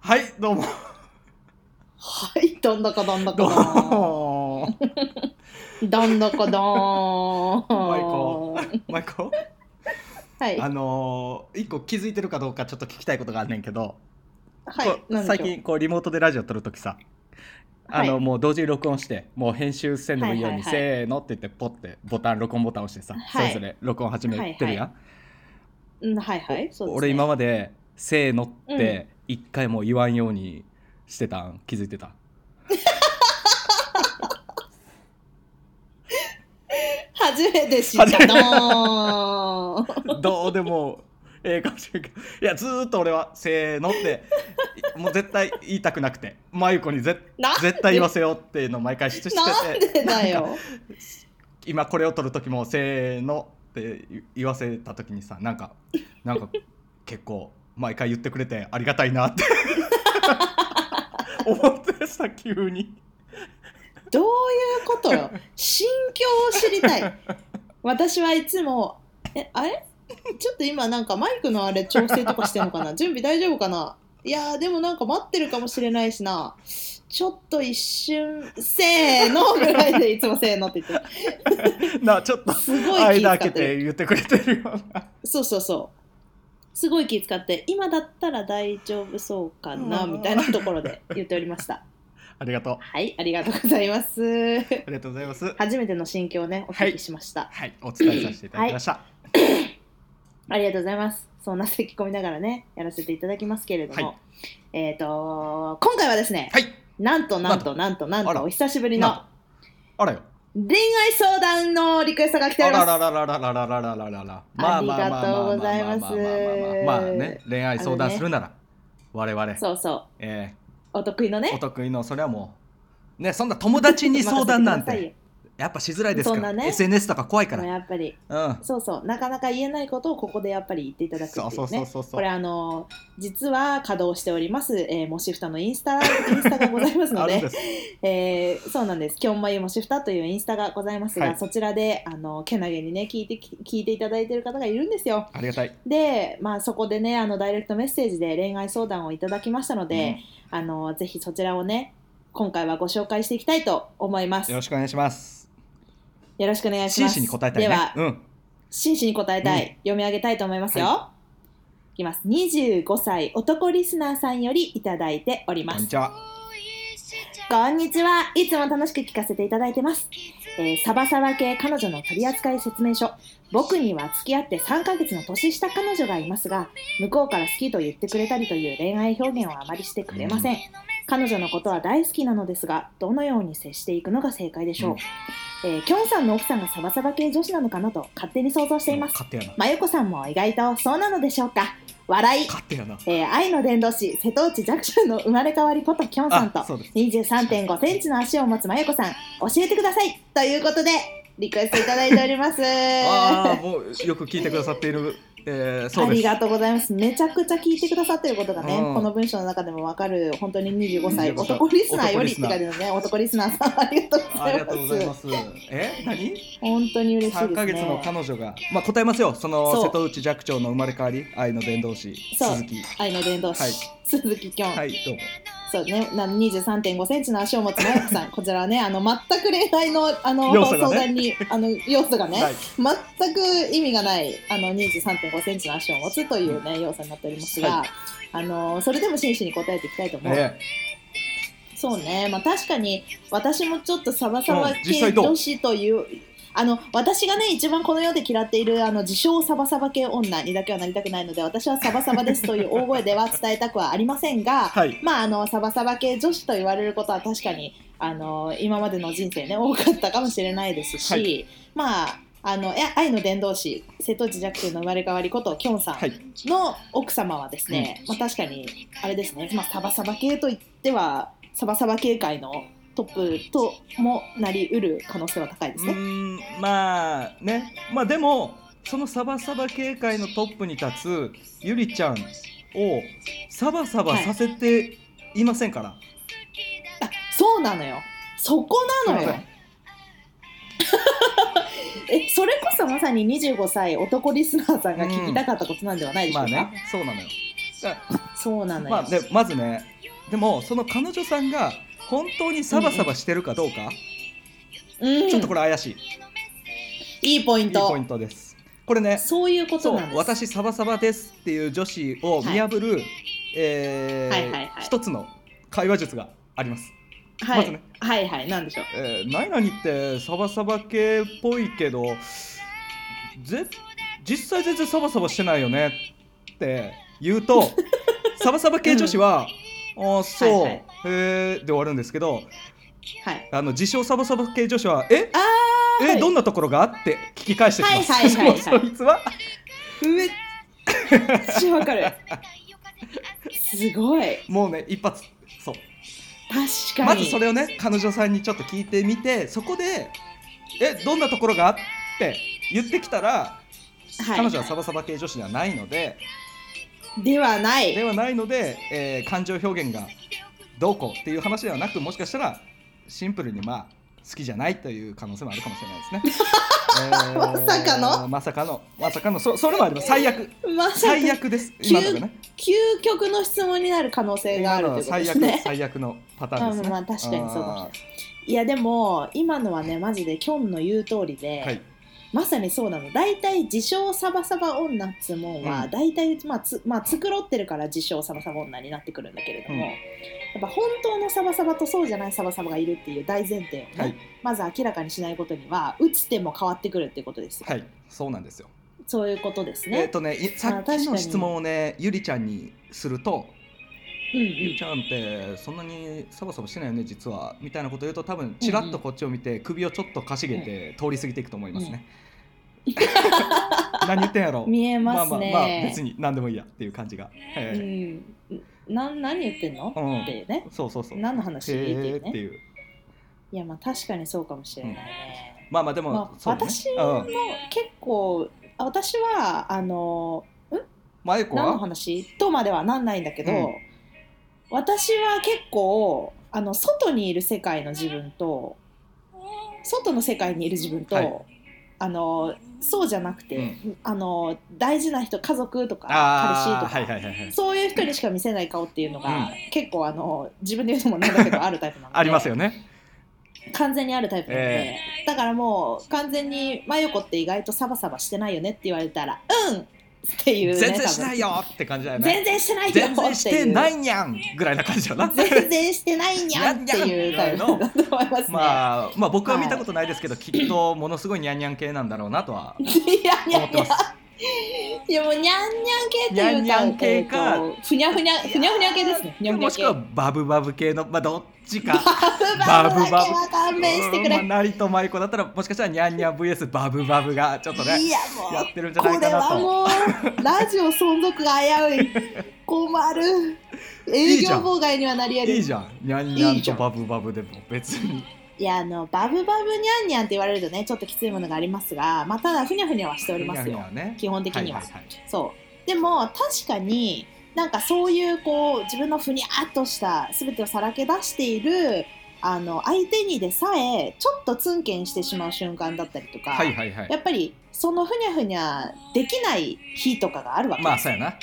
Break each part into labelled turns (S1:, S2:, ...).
S1: はい、どうも。
S2: はい、どんだかどんだか
S1: どう
S2: だー
S1: も。
S2: ん。どん だかだーん。
S1: マイコ マイコ、
S2: はい。
S1: あのー一個気づいてるかどうかちょっと聞きたいことがあんねんけど、
S2: は
S1: こ
S2: い。
S1: う
S2: なんでしょう
S1: 最。近こうリモートでラジオ撮るときさ、あの、
S2: はい
S1: もう同時に録音して、もう編集せんでもいいように、
S2: はいはいはい
S1: せーのって言ってポッてボタン録音ボタン押してさ、
S2: はい
S1: それぞれ録音始めてるやん。
S2: うん、はいはい。そうです、ね。
S1: 俺今までせーのって一回も言わんようにしてたん気づいてた。
S2: 初めて知った
S1: 初めて
S2: どーん。
S1: どうでもええかもしれんけどいやずーっと俺は「せーの」っていもう絶対言いたくなくて真由子にぜ
S2: なんで
S1: 絶対言わせようっていうのを毎回出
S2: な
S1: して
S2: ん
S1: て
S2: でだ
S1: なんか
S2: よ。
S1: 今これを撮る時も「せーの」って言言わせた時にさなんかなんか結構毎回言ってくれてありがたいなって 思ってさ急に
S2: どういうことよ。心境を知りたい。私はいつも、え、あれちょっと今なんかマイクのあれ調整とかしてんのかな準備大丈夫かないやーでもなんか待ってるかもしれないしな。ちょっと一瞬、せーのぐらいでいつもせーのって言ってる
S1: なちょっと
S2: すごい気使
S1: 間
S2: っ
S1: 開け
S2: て
S1: て
S2: る
S1: 言ってくれてるような
S2: そうそうそうすごい気使って今だったら大丈夫そうかな
S1: うん
S2: みたいなところで言っておりました
S1: ありがとう
S2: はいありがとうございます
S1: ありがとうございます
S2: 初めての心境をねお聞きしました、
S1: はいお伝えさせていただきました、
S2: ありがとうございますそんな咳込みながらねやらせていただきますけれども、
S1: は
S2: えっ、と今回はですね、
S1: はい
S2: なんとなんとなんとなん
S1: あ
S2: と
S1: ら
S2: お久しぶり
S1: なん
S2: の
S1: とあらよ
S2: 恋愛相談のリクエストが来てお
S1: あ
S2: りま
S1: ら
S2: す
S1: ららららららららららら。まあまあまあまあまあまあまあまあまあまあまあね、恋愛相談するなら、我々、
S2: そうそう
S1: え
S2: お得意の
S1: ー、お
S2: ね
S1: 得意のそれはもう、ね、そんな友達に相談なん
S2: 任せ
S1: て
S2: く
S1: やっぱしづらいですか
S2: そんな
S1: ら、
S2: ね
S1: SNS とか怖い
S2: だ
S1: か
S2: さい
S1: ら。
S2: よもうやっぱり
S1: うん。
S2: そうそう、なかなか言えないことをここでやっぱり言っていただくっていう
S1: そうそ
S2: ね。
S1: うそうそうそ
S2: こ
S1: う
S2: れ。あの実は稼働しております、えー、もしふたのインスタインスタがございますの
S1: あるんで。
S2: ですえーそうなんです「きょんまゆもしふた」というインスタがございますが、
S1: はい
S2: そちらであのけなげにね聞いてき聞いていただいている方がいるんですよ
S1: ありがたい。
S2: で、まあ、そこでねあのダイレクトメッセージで恋愛相談をいただきましたので、あのぜひそちらをね今回はご紹介していきたいと思いま
S1: うん
S2: す
S1: よ
S2: よ
S1: ろしくお願いします。
S2: ろしくお願いし
S1: 真
S2: ます
S1: 摯に答えたい
S2: で
S1: ね
S2: は。
S1: うん。
S2: 真摯に答えたい、
S1: うん
S2: 読み上げたいと思いますよ、、
S1: はい
S2: きます25歳男リスナーさんよりいただいており
S1: こ
S2: ま
S1: んに
S2: す
S1: ちは。
S2: こんにちはいつも楽しく聞かせていただいてます、えーサバサバ系彼女の取扱説明書僕には付き合って3ヶ月の年下彼女がいますが向こうから好きと言ってくれたりという恋愛表現をあまりしてくれません、彼女のことは大好きなのですがどのように接していくのが正解でしょう、
S1: うん
S2: えーきょんさんの奥さんがサバサバ系女子なのかなと勝手に想像しています
S1: 勝手やな。
S2: まゆこさんも意外とそうなのでしょうか笑い、
S1: 勝手やな。
S2: えー愛の伝道師瀬戸内寂さんの生まれ変わりこときょんさんと
S1: あそうです。
S2: 23.5センチの足を持つまゆこさん教えてくださいということでリクエストいただいておりますあ
S1: ああ、もうよく聞いてくださっている、えー、そうです。
S2: りがとうございますめちゃくちゃ聞いてくださってることがね、
S1: うん
S2: この文章の中でもわかる本当に25歳
S1: 25歳
S2: 男リスナーよりって
S1: 男リスナー
S2: 書いてあるね男リスナーさんありがとうご
S1: あ
S2: ざ
S1: り
S2: い
S1: がと
S2: ます
S1: うございます。え、何？
S2: 本当に嬉しいですね
S1: 三ヶ月の彼女が、まあ答えますよ。その
S2: そう
S1: 瀬戸内寂聴の生まれ変わり、愛の伝道師
S2: そう
S1: 鈴木。
S2: 愛の伝道師、
S1: はい
S2: 鈴木きょん、
S1: はい、どうも。
S2: そうね、な23.5センチの足を持つマユコさん、こちらはね、あの全く恋愛のあの、
S1: 要素がね
S2: 相談にあの要素がね、
S1: はい。
S2: 全く意味がないあの23.5センチの足を持つというね要素になっておりますが、
S1: は
S2: あのそれでも真摯に答えていきたいと思う。
S1: え
S2: そうね、まあ確かに私もちょっとサバサバ
S1: うん実
S2: 系
S1: 際どう
S2: 女子という。あの私がね一番この世で嫌っているあの自称サバサバ系女にだけはなりたくないので私はサバサバですという大声では伝えたくはありませんが、
S1: はい。
S2: まあ、あのサバサバ系女子と言われることは確かにあの今までの人生ね多かったかもしれないですし、
S1: はい
S2: まああのいや愛の伝道師瀬戸内寂聴の生まれ変わりこときょんさ
S1: は
S2: ん
S1: い。
S2: の奥様はですね、まあ、確かにあれですね、まあ、サバサバ系といってはサバサバ系界のトップともなりうる可能性は高いで
S1: う
S2: すね。
S1: ーん、まあね、まあでもそのサバサバ警戒のトップに立つゆりちゃんをサバサバさせていませんから。
S2: あそうなのよそこなの
S1: すい
S2: よ
S1: ません
S2: えそれこそまさに25歳男リスナーさんが聞きたかったことなんではないでしょ
S1: ま
S2: う
S1: あ
S2: か、
S1: ね、そうなのよ。
S2: そうなのよ、
S1: まあ、でまずねでもその彼女さんが本当にサバサバしてるかどうか、
S2: うん、
S1: ちょっとこれ怪しい、
S2: いいポイン
S1: いい
S2: ト
S1: ポイントですこれね
S2: そういうこと
S1: そう
S2: なんです
S1: 私サバサバですっていう女子を見破る、えー
S2: はいはいはい
S1: 一つの会話術があります、
S2: は
S1: ま
S2: い、
S1: ずね
S2: はいはいなんでしょう
S1: えー、何々ってサバサバ系っぽいけどぜ実際全然サバサバしてないよねって言う とサバサバ系女子は「ああそう、
S2: はいはい
S1: へえ」で終わるんですけど
S2: はい
S1: あの自称サバサバ系女子は「え
S2: あー
S1: え、
S2: はい
S1: どんなところが?」って聞き返してきます。
S2: はいはいはいはい
S1: そいつは
S2: めっちゃわかる すごい
S1: もうね一発そう
S2: 確かに
S1: まずそれをね彼女さんにちょっと聞いてみてそこで「えどんなところが?」って言ってきたら
S2: はい
S1: 彼女はサバサバ系女子ではないので、
S2: ではない
S1: ではないので、えー感情表現がどうこうっていう話ではなくもしかしたらシンプルにまあ好きじゃないという可能性もあるかもしれないです ね。えー
S2: まさかの
S1: まさかのまさかのそそれもあります最悪
S2: まさか
S1: 最悪です
S2: 急
S1: 今のがね
S2: 究極の質問になる可能性があ
S1: 今
S2: る
S1: の
S2: とい
S1: は
S2: うこ
S1: 最悪
S2: とですね
S1: 最悪のパターンですね。
S2: うんまあ確かにそうかも
S1: あ
S2: いやでも今のはねマジでキョンの言う通りで、
S1: ーはい
S2: まさにそうなの大体自称サバサバ女っつうもんは、
S1: うん
S2: 大体まあつ,、まあ、繕ってるから自称サバサバ女になってくるんだけれども、
S1: うん
S2: やっぱ本当のサバサバとそうじゃないサバサバがいるっていう大前提をね、
S1: はい
S2: まず明らかにしないことには打つ手も変わってくるっていうことですよ、
S1: はいそうなんですよ。
S2: そういうことです
S1: えっ、
S2: ね、
S1: とね、いさっき
S2: 確か
S1: の
S2: に
S1: 質問をね、ゆりちゃんにすると、
S2: うんう
S1: ゆり
S2: ん
S1: ちゃんってそんなにサバサバしてないよね、実は、みたいなこと言うと、多分ちらっとこっちを見て、首をちょっとかしげて通り過ぎていくと思いますね。何言ってんやろ。
S2: 見えますね、
S1: まあまあ、別に何でもいいやっていう感じが。え
S2: うんな何言ってんの、
S1: うん
S2: っていうね
S1: えそうそうそう。
S2: 何の話
S1: へ
S2: ってい
S1: え
S2: うね
S1: っていう。
S2: いやまあ確かにそうかもしれないね、
S1: まあまあ、でも、
S2: まあ、
S1: そうだね
S2: 私
S1: う
S2: も
S1: ん、
S2: 結構、あ私はあの
S1: まゆこ
S2: 何の
S1: は。
S2: 話とまではなんないんだけど、
S1: うん
S2: 私は結構あの外にいる世界の自分と外の世界にいる自分と、
S1: はい
S2: あのそうじゃなくて、
S1: う
S2: あの大事な人家族とか彼氏
S1: あ
S2: と
S1: あ、
S2: か、
S1: はいはいはいはい。
S2: そういう人にしか見せない顔っていうのが、
S1: うん
S2: 結構あの自分で言うのもなんだけどあるタイプなので
S1: ありますよね。
S2: 完全にあるタイプなので、
S1: え
S2: だからもう完全に「真横って意外とサバサバしてないよね」って言われたら「うん!」っていう、ね、
S1: 全然しない
S2: よ
S1: よって感じだよね。
S2: 全然してないよ
S1: 全然してな
S2: って
S1: いにゃんぐらいな感じだな。
S2: いう全然してないにゃんっていうタイプだと思いますね、
S1: まあ、まあ僕は見たことないですけど、きっとものすごいニャンニャン系なんだろうなとはい
S2: やい
S1: 思
S2: や
S1: っ
S2: い
S1: てます
S2: や。いやもうにゃんにゃん系っていう
S1: に
S2: か
S1: ゃんにゃん系か
S2: えっとふにゃふにゃふにゃふにゃ系ですねふにゃふに
S1: も
S2: ゃ
S1: し
S2: 系
S1: くはバブバブ系の、まあどっちか。
S2: バブバ
S1: バブ
S2: ブだ
S1: バ
S2: け
S1: ブ
S2: は勘弁してくれ、
S1: うんまあ、成と舞子だったらもしかしたらニャンニャン VS バブバブがちょっとね
S2: いや
S1: や
S2: もう
S1: ってるんじゃな
S2: こ
S1: い
S2: れ
S1: かな
S2: は
S1: と。
S2: もうラジオ存続が危うい困る営
S1: い
S2: 業
S1: じゃん
S2: 妨害にはなり得る
S1: いいじゃん。ニャンニャ
S2: いい
S1: ン
S2: じ
S1: と
S2: ゃん
S1: バブバブでも別に。
S2: いやあのバブバブにゃんにゃんって言われるとねちょっときついものがありますがまあただふにゃふにゃはしております
S1: ニャンニ
S2: よ
S1: ャンはね。
S2: 基本的には、
S1: いい
S2: そうでも確かになんかそういうこう自分のふにゃっとした全てをさらけ出しているあの相手にでさえちょっとツンケンしてしまう瞬間だったりとか、
S1: はいはいはいはい。
S2: やっぱりそのふにゃふにゃできない日とかがあるわけ、
S1: まあそうやな。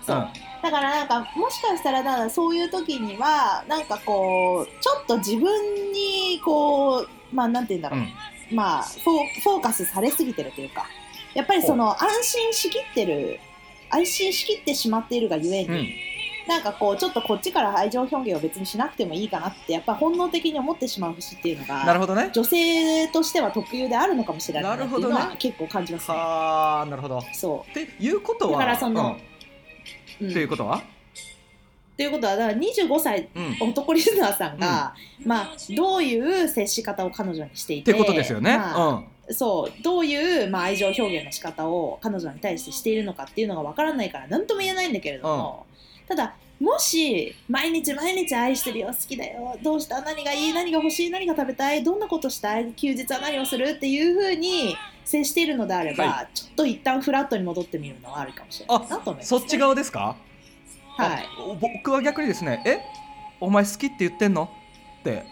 S2: そうだからなんかもしかしたらなんかそういう時にはなんかこうちょっと自分にこうまあなんて言うんだろう、まあフォフォーカスされすぎてるというかやっぱりその安心しきってる安心しきってしまっているがゆえに、
S1: うん。うん。
S2: なんかこうちょっとこっちから愛情表現を別にしなくてもいいかなってやっぱ本能的に思ってしまう節っていうの
S1: なる
S2: が
S1: ほどね。
S2: 女性としては特有であるのかもしれないなっていうの
S1: なるほど
S2: は
S1: ね
S2: 結構感じますね。
S1: はあ、なるほど。っ
S2: そ
S1: ていうことは。
S2: だからそのう、う
S1: うん
S2: ん
S1: っていうことは
S2: ということはだから25歳
S1: うん。っ
S2: 男リスナーさんが、まあ、どういう接し方を彼女にしていて
S1: てことですよね。
S2: まあ
S1: うん。
S2: そうどういう、まあ、愛情表現の仕方を彼女に対してしているのかっていうのがわからないから何とも言えないんだけれども、ただもし毎日毎日愛してるよ好きだよどうした何がいい何が欲しい何が食べたいどんなことしたい休日は何をするっていうふうに接しているのであれば、
S1: は
S2: ちょっと一旦フラットに戻ってみるのはあるかもしれないなと思います、
S1: そっち側ですか
S2: はい、
S1: あお僕は逆にですねえお前好きって言ってんのって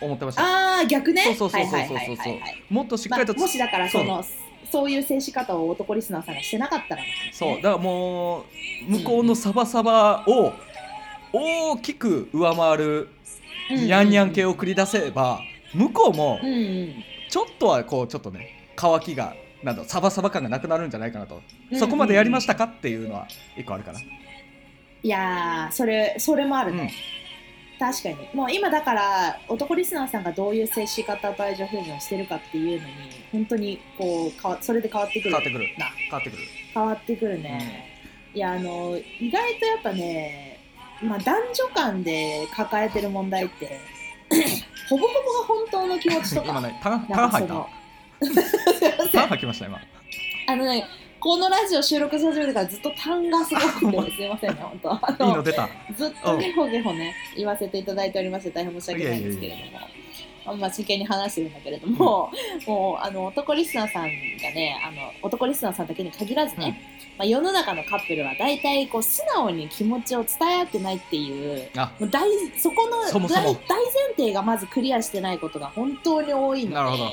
S1: 思ってました
S2: ああ逆ね
S1: そうそうそうそうそう
S2: はいはいはいはいはい
S1: もっとしっかりと、
S2: まあ、もしだからそのそういう制し方を男リスナーさんがしてなかったらなかなかね
S1: そうだからもう向こうのサバサバを大きく上回る
S2: うんうん
S1: ニャンニャン系を繰り出せば向こうも
S2: うんうん
S1: ちょっとはこうちょっとね乾きがなんだろうサバサバ感がなくなるんじゃないかなとそこまでやりましたかっていうのは一個あるかな。
S2: いやーそれそれもあるね、確かにもう今だから男リスナーさんがどういう接し方と愛情表現をしてるかっていうのに本当にこうかわそれで変わってく
S1: 変
S2: る
S1: わってくる。
S2: な
S1: 変わってくる。
S2: 変わってくるね、いやあの意外とやっぱね、まあ、男女間で抱えてる問題ってほぼほぼが本当の気持ちとか
S1: 今ね、タン、タ
S2: な
S1: ン
S2: んか
S1: 吐い
S2: そ
S1: た
S2: の。
S1: タン吐きました、今。
S2: あのねこのラジオ収録し始めてからずっと痰がすごく て、すいませんね、本当。あ
S1: いい
S2: の
S1: の出た。
S2: ずっとゲホゲホね、言わせていただいておりまして、大変申し訳ないんですけれども、あんま真剣に話してるんだけれども、もう、あの、男リスナーさんがね、あの、男リスナーさんだけに限らずね、まあ、世の中のカップルは大体、こう、素直に気持ちを伝え合ってないっていう、
S1: あ、
S2: もう大そこの
S1: そもそも
S2: 大大前提がまずクリアしてないことが本当に多いので、
S1: なるほど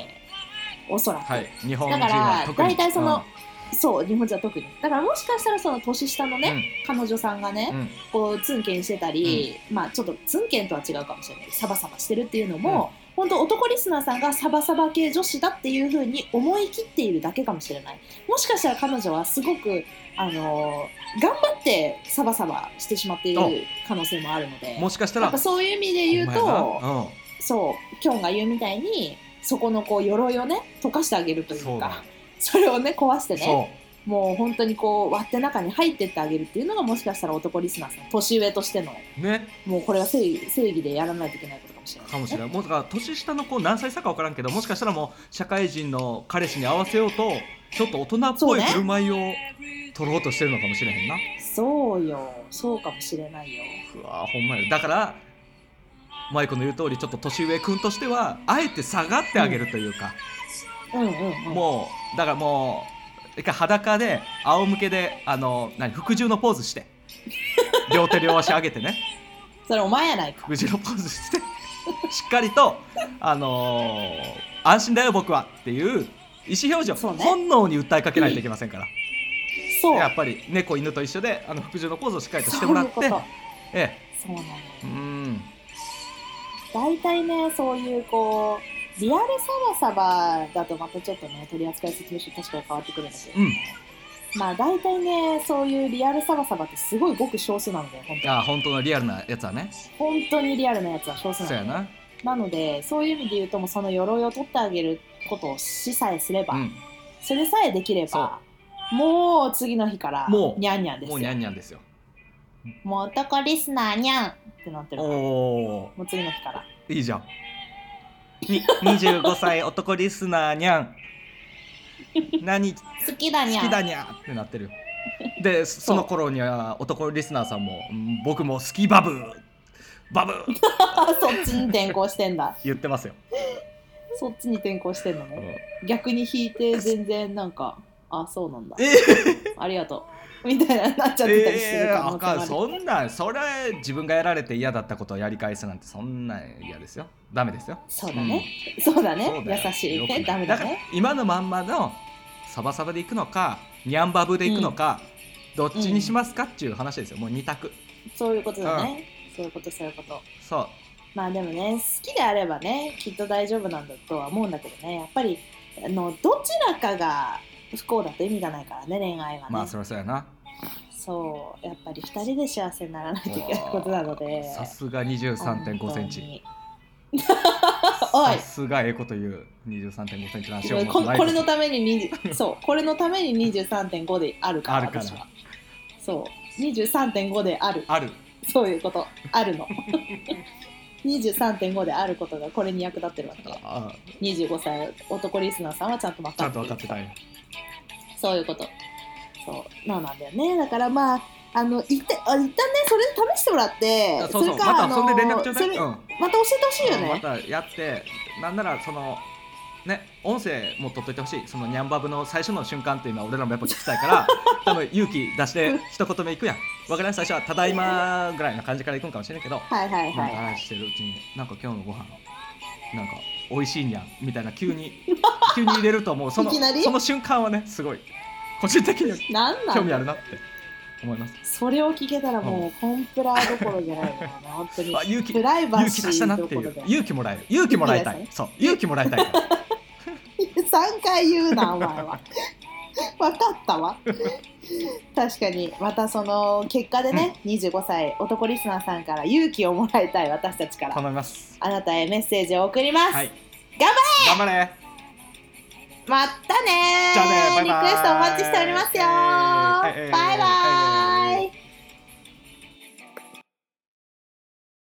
S2: おそらく。
S1: はい。日本人
S2: だか
S1: は
S2: ら
S1: 特に。
S2: 大体その、そう日本人は特にだからもしかしたらその年下のね、彼女さんがね、
S1: うん、うん。
S2: こうツンケンしてたり、まあちょっとツンケンとは違うかもしれないサバサバしてるっていうのも、本当男リスナーさんがサバサバ系女子だっていう風に思い切っているだけかもしれないもしかしたら彼女はすごくあのー頑張ってサバサバしてしまっている
S1: あ
S2: 可能性もあるので
S1: もしかした
S2: や
S1: ら。
S2: っぱそういう意味で言
S1: お
S2: う
S1: 前
S2: と
S1: なうん。
S2: そうキョンが言うみたいにそこのこう鎧をね溶かしてあげるとい
S1: そううだ
S2: かそれをね壊してね
S1: そ
S2: もう本当にこう割って中に入ってってあげるっていうのがもしかしたら男リスナーさん年上としての
S1: う。ね。
S2: もうこれは正義正義でやらないといけないことかもしれない、
S1: かもしれない。もうだから、年下の子、何歳差か分からんけど、もしかしたらもう、社会人の彼氏に合わせようと、ちょっと大人っ
S2: そ
S1: ぽ
S2: う
S1: い
S2: ね
S1: 振る舞いを取ろうとしてるのかもしれへんな。
S2: そうよそうかもしれないよ
S1: うわほんまやだからマイクの言う通りちょっと年上君としてはあえて下がってあげるというか、
S2: うんうん、うん、
S1: もうだからもう一回裸で仰向けであの何服従のポーズして両手両足上げてね
S2: それお前やないか
S1: 服従のポーズしてしっかりとあのー安心だよ僕はっていう意思表示
S2: そ
S1: を
S2: うね
S1: 本能に訴えかけないといけませんから、
S2: そう
S1: やっぱり猫犬と一緒であの服従のポーズをしっかりとして
S2: そ
S1: も
S2: う
S1: ら
S2: いう
S1: っ
S2: こと
S1: てえ
S2: そうなのよ
S1: えうん
S2: 大体ねそういうこうリアルサバサバだとまたちょっとね取り扱い説明書確かに変わってくるんだけど、
S1: うん
S2: まあ大体ねそういうリアルサバサバってすごいごく少数なんだよ本
S1: いや本当のリアルなやつはね
S2: 当本当にリアルなやつは少数
S1: そ
S2: なん
S1: う
S2: だよ
S1: やな
S2: なのでそういう意味で言うともうその鎧を取ってあげることをしさえすれば、
S1: うん
S2: それさえできればもう次の日から
S1: もう
S2: ニャンニャンです
S1: もう
S2: よ
S1: ニャンニャンですよ
S2: もう男リスナーニャンってなってるからも
S1: おお
S2: う次の日から
S1: いいじゃんに25歳男リスナーにゃん何好
S2: 好きだニャン
S1: きだにゃってなってるでその頃には男リスナーさんもうん僕も好きバブバブ
S2: そっちに転校してんだ
S1: 言ってますよ、
S2: そっちに転校してんの
S1: うん
S2: ね
S1: え
S2: 逆に引いて全然なんかあそうなんだ
S1: ー
S2: ありがとうみたいになっちゃってたりしてる
S1: え
S2: か
S1: ー
S2: も
S1: あかん
S2: そ
S1: そんなんそれ自分がやられて嫌だったことをやり返すなんてそんなん嫌ですよダメですよ
S2: そうだね、そうだ
S1: そう
S2: ね
S1: だよ
S2: 優しい
S1: よくな
S2: ね
S1: い
S2: ダメだ
S1: から
S2: ね
S1: 今のまんまのサバサバでいくのかニャンバブでいくのか、どっちにしますかっていう話ですよもう2択
S2: そういうことだね、そういうことそういうこと
S1: そう
S2: まあでもね好きであればねきっと大丈夫なんだとは思うんだけどねやっぱりあのどちらかが不幸だと意味がないからね恋愛はね、
S1: まあそりゃそうやな
S2: そうやっぱり2人で幸せにならないといけないことなので
S1: さすが2 3 5センチ
S2: チ おい
S1: さすがええこと言う2 3 5センチの足を持
S2: こ
S1: つライ
S2: こ
S1: ブ
S2: れのために20そうこれのために23.5であるから
S1: あるから
S2: 私はそう23.5である
S1: ある
S2: そういうこと あるの23.5であることがこれに役立ってるわけ
S1: あ
S2: 25歳男リスナーさんはちゃんと分
S1: ち
S2: か
S1: ゃ
S2: っ
S1: んと
S2: て
S1: 分
S2: る
S1: かってたよ
S2: そういうことそうななんだよねだからまああのいってあ一旦ねそれ試してもらって
S1: そうそう
S2: れから
S1: またそんで連絡ちょうだ
S2: あ
S1: い、
S2: のそれ
S1: うん
S2: また教えてほしい
S1: う
S2: よ
S1: んま
S2: ね、
S1: たやってなんならそのね音声も取っといてほしいそのニャンバブの最初の瞬間っていうのは俺らもやっぱ聞きたいから 多分勇気出して一言目いくやんわからん最初は「ただいま」ぐらいの感じからいくんかもしれんけど、
S2: はいはい
S1: まあ
S2: はい
S1: 話してるうちになんか今日のご飯なんか美味しいんやんみたいな急 に急に入れるともうその
S2: いきなり
S1: その瞬間はねすごい個人的には
S2: なんな
S1: 興味あ
S2: の
S1: るなって思います。
S2: それを聞けたらもうコンプラどころじゃないのよね、本当に
S1: あ。勇気
S2: プライバ
S1: 勇
S2: シ
S1: 気出したな
S2: ー
S1: っ
S2: ど
S1: て
S2: こ
S1: い
S2: ろ
S1: う
S2: じゃない。
S1: 勇気もらえる勇気もらいたいそう勇気もらいたいから
S2: 3回言うな、お前は。分かったわ。確かに、またその結果でね、25歳男リスナーさんから勇気をもらいたい私たちから、
S1: 頼みます。
S2: あなたへメッセージを送ります。
S1: はい。
S2: 頑
S1: 張れ。頑張れ。
S2: またねー
S1: じゃあねバイバイ
S2: リクエストお待ちしておりますよ
S1: えいえいえいえいえいえいえ
S2: バイバイ